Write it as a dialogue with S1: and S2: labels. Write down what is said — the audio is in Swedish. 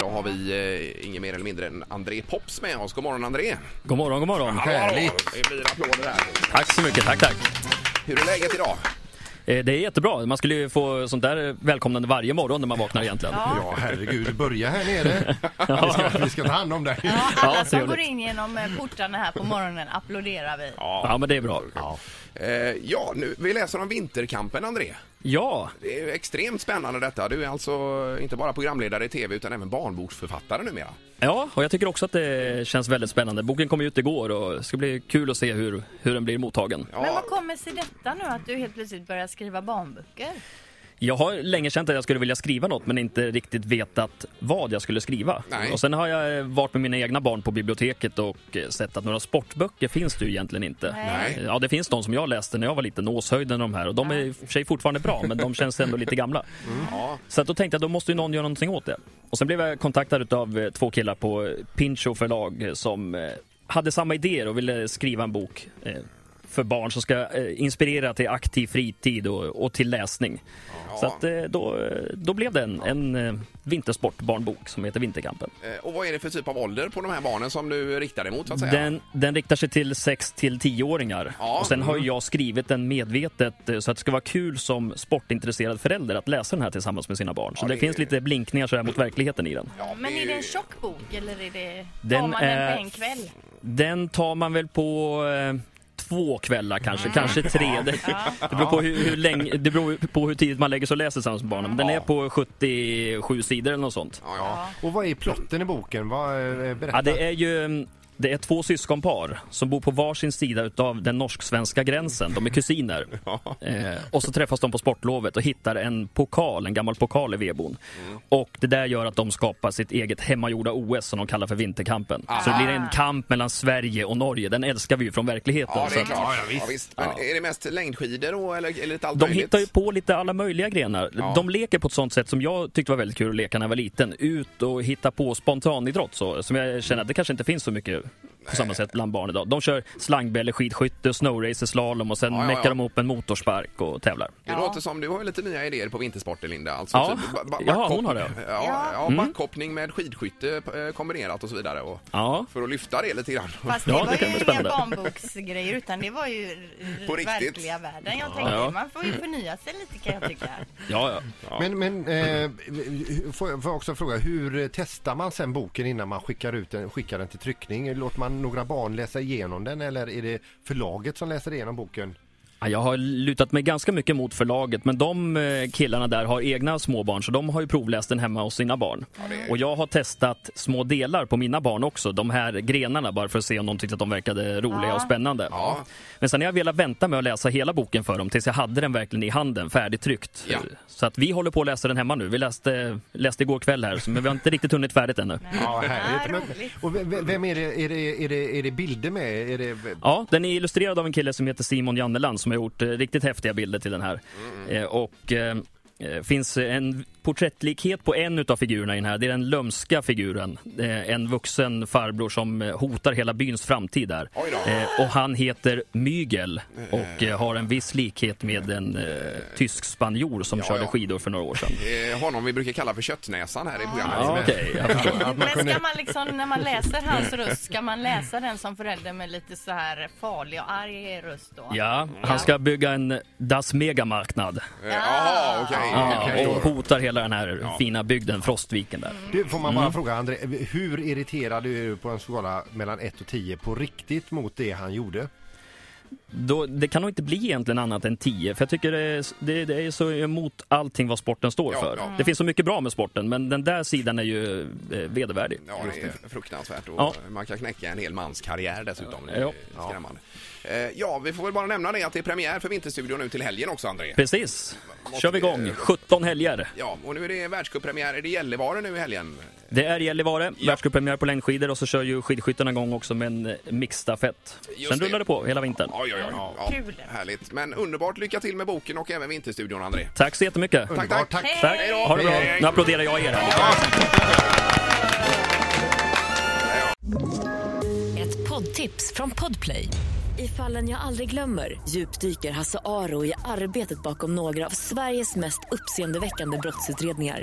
S1: idag har vi eh, ingen mer eller mindre än André Pops med oss. God morgon André!
S2: God morgon, god morgon.
S1: Hallå, hallå.
S2: Härligt.
S1: Det blir applåder här.
S2: Tack så mycket, tack, tack.
S1: Hur är läget idag?
S2: Eh, Det är jättebra. Man skulle ju få sånt där välkomnande varje morgon när man vaknar egentligen.
S3: Ja, herregud, börja här nere. Vi ska, vi ska ta hand om dig.
S4: Ja, alla
S2: Ja,
S4: som
S2: trevligt.
S4: går in genom eh, portarna här på morgonen applåderar vi.
S2: Ja, men det är bra.
S1: Eh, ja, nu, vi läser om vinterkampen André.
S2: Ja,
S1: Det är ju extremt spännande detta. Du är alltså inte bara programledare i tv utan även barnboksförfattare numera.
S2: ja, och jag tycker också att det känns väldigt spännande. Boken kom ju ut igår och det ska bli kul att se hur, hur den blir mottagen.
S4: Men vad kommer sig detta nu att du helt plötsligt börjar skriva barnböcker?
S2: Jag har länge känt att jag skulle vilja skriva något men inte riktigt vetat vad jag skulle skriva.
S1: Nej.
S2: Och sen har jag varit med mina egna barn på biblioteket och eh, sett att några sportböcker finns det ju egentligen inte.
S1: Nej.
S2: Ja, det finns de som jag läste när jag var liten, Åshöjden och de här. Och de är i och för sig fortfarande bra, men de känns ändå lite gamla.
S1: Ja.
S2: Så att då tänkte jag, då måste ju någon göra någonting åt det. Och sen blev jag kontaktad av två killar på eh, Pincho förlag eh, som eh, hade samma idéer och ville skriva en bok eh, för barn som ska eh, inspirera till aktiv fritid och, och till läsning. Så att, eh, då, eh, då blev det en, en eh, vintersportbarnbok som heter Vinterkampen.
S1: Eh, Och vad är det för typ av ålder på de här barnen som du riktar dig mot så att säga?
S2: Den, den riktar sig till 6 till 10-åringar.
S1: Ja. Mm.
S2: Och sen har ju jag skrivit den medvetet eh, så att det ska vara kul som sportintresserad förälder att läsa den här tillsammans med sina barn. Så
S1: Ja,
S2: det,
S1: det-
S2: finns lite blinkningar sådär mot verkligheten i den.
S1: Ja,
S4: Men
S1: det
S4: är
S1: ju-
S4: det en tjock bok eller är det...
S2: Den
S4: tar man den
S2: är-
S4: på en kväll?
S2: Den tar man väl på eh, två kvällar kanske, kanske tre. Det, det, beror på hur, hur länge, det beror på hur tidigt man lägger sig och läser tillsammans med barnen. Men Den är på 77 sidor eller något sånt.
S1: Ja, ja.
S3: Och vad är plotten i boken? Vad, eh, berätta.
S2: Ja, det är ju mm, det är två syskonpar som bor på varsin sida utav den norsk-svenska gränsen. De är kusiner. Eh, och så träffas de på sportlovet och hittar en pokal, en gammal pokal i vedboden.
S1: Mm.
S2: Och det där gör att de skapar sitt eget hemmagjorda OS som de kallar för Vinterkampen. Så det blir en kamp mellan Sverige och Norge. Den älskar vi ju från verkligheten.
S1: Ah. ja,
S2: så
S1: det är
S2: att-
S1: klart.
S3: Ja, ja, visst.
S1: Men är det mest längdskidor då, eller, eller lite allt
S2: de
S1: möjligt?
S2: hittar ju på lite alla möjliga grenar.
S1: Ja.
S2: De leker på ett sånt sätt som jag tyckte var väldigt kul att leka när jag var liten. Ut och hitta på spontanidrott så, som jag känner att det kanske inte finns så mycket på samma sätt bland barn idag. De kör slangbälle, skidskytte, snowracer, slalom och sen
S1: Ja, ja,
S2: meckar
S1: ja.
S2: de upp en motorspark och tävlar.
S1: Det
S4: Ja.
S1: låter som du har ju lite nya idéer på vintersporter Linda. Alltså,
S2: Ja. Ja, hon har det. Mm.
S1: Ja, ja, backhoppning med skidskytte eh, kombinerat och så vidare. Och
S2: Ja.
S1: för att lyfta det lite grann.
S4: Fast det
S2: Ja, det
S4: var
S2: kan
S4: ju
S2: bli
S4: inga
S2: spännande.
S4: barnboksgrejer utan det var ju r-
S1: På riktigt.
S4: verkliga världen. Jag tänkte,
S2: Ja.
S4: man får ju förnya sig lite kan jag tycka.
S2: Ja, ja.
S3: Men, men eh, får, jag, får jag också fråga, hur testar man sen boken innan man skickar, ut den, skickar den till tryckning? Låter man några barn läsa igenom den eller är det förlaget som läser igenom boken?
S2: Ja, Jag har lutat mig ganska mycket mot förlaget, men de eh, killarna där har egna småbarn, så de har ju provläst den hemma hos sina barn.
S1: det är-
S2: Och jag har testat små delar på mina barn också, de här grenarna, bara för att se om de tyckte att de verkade roliga och spännande.
S1: Ja.
S2: Men sen har jag velat vänta med att läsa hela boken för dem, tills jag hade den verkligen i handen, färdigtryckt.
S1: Ja.
S2: Så att vi håller på att läsa den hemma nu. Vi läste, läste igår kväll här, så- men vi har inte riktigt hunnit färdigt ännu.
S3: Ja, härligt.
S4: Ja,
S3: Men,
S4: roligt.
S3: och v- v- vem är det, är det, är det, är det bilder med? Är det,
S2: Ja, den är illustrerad av en kille som heter Simon Janneland som har gjort eh, riktigt häftiga bilder till den här. Eh, och eh, eh, finns en porträttlikhet på en utav figurerna i den här. Det är den lömska figuren. Eh, en vuxen farbror som eh, hotar hela byns framtid där.
S1: Oj då.
S2: Eh, och han heter Mygel och eh, har en viss likhet med en eh, tysk spanjor som körde
S1: ja.
S2: skidor för några år sedan.
S1: Eh, honom vi brukar kalla för köttnäsan här i programmet.
S2: Ja, okej. jag förstår.
S3: att man
S4: Men
S3: kunde,
S4: ska man liksom, när man läser hans röst, ska man läsa den som förälder med lite så här farlig och arg röst då?
S2: Ja, han ska bygga en Das Megamarknad
S1: Eh, Jaha, okej.
S2: ja,
S1: okej.
S2: och hotar hela den här fina bygden, Frostviken där.
S3: du, får man bara fråga André, hur irriterad är du på en skala mellan 1 och 10 på riktigt mot det han gjorde?
S2: Då, det kan nog inte bli egentligen annat än 10, för jag tycker det, är- det, det är så emot allting vad sporten står
S1: Ja,
S2: för.
S1: ja.
S2: Det finns så mycket bra med sporten, men den där sidan är ju eh, vedervärdig.
S1: Ja, det är fruktansvärt och
S2: Ja.
S1: man kan knäcka en hel mans karriär dessutom. Det är
S2: Ja.
S1: Skrämmande. Eh, Ja, vi får väl bara nämna det att det är premiär för Vinterstudion nu till helgen också, André.
S2: Precis,
S1: Måste
S2: kör vi
S1: vi-
S2: igång. 17 helger.
S1: Ja, och nu är det världscuppremiär. Är det Gällivare nu i helgen?
S2: Det är i Gällivare, världscuppremiär på längdskidor och så kör ju skidskyttarna igång också med en eh, mixstafett.
S1: Just
S2: Sen
S1: det.
S2: rullar det på hela vintern.
S1: Oj, oj, oj. Ja,
S4: Kul.
S1: Härligt. Men underbart lycka till med boken och även Vinterstudion, André.
S2: Tack så jättemycket.
S1: Tack,
S3: Underbart,
S1: tack.
S4: Hej!
S2: Tack.
S1: Hej då.
S2: Ha det bra.
S1: Hej, hej.
S2: Nu applåderar jag er här.
S5: Ett poddtips från Podplay. I fallen jag aldrig glömmer djupdyker Hasse Aro i arbetet bakom några av Sveriges mest uppseendeväckande brottsutredningar.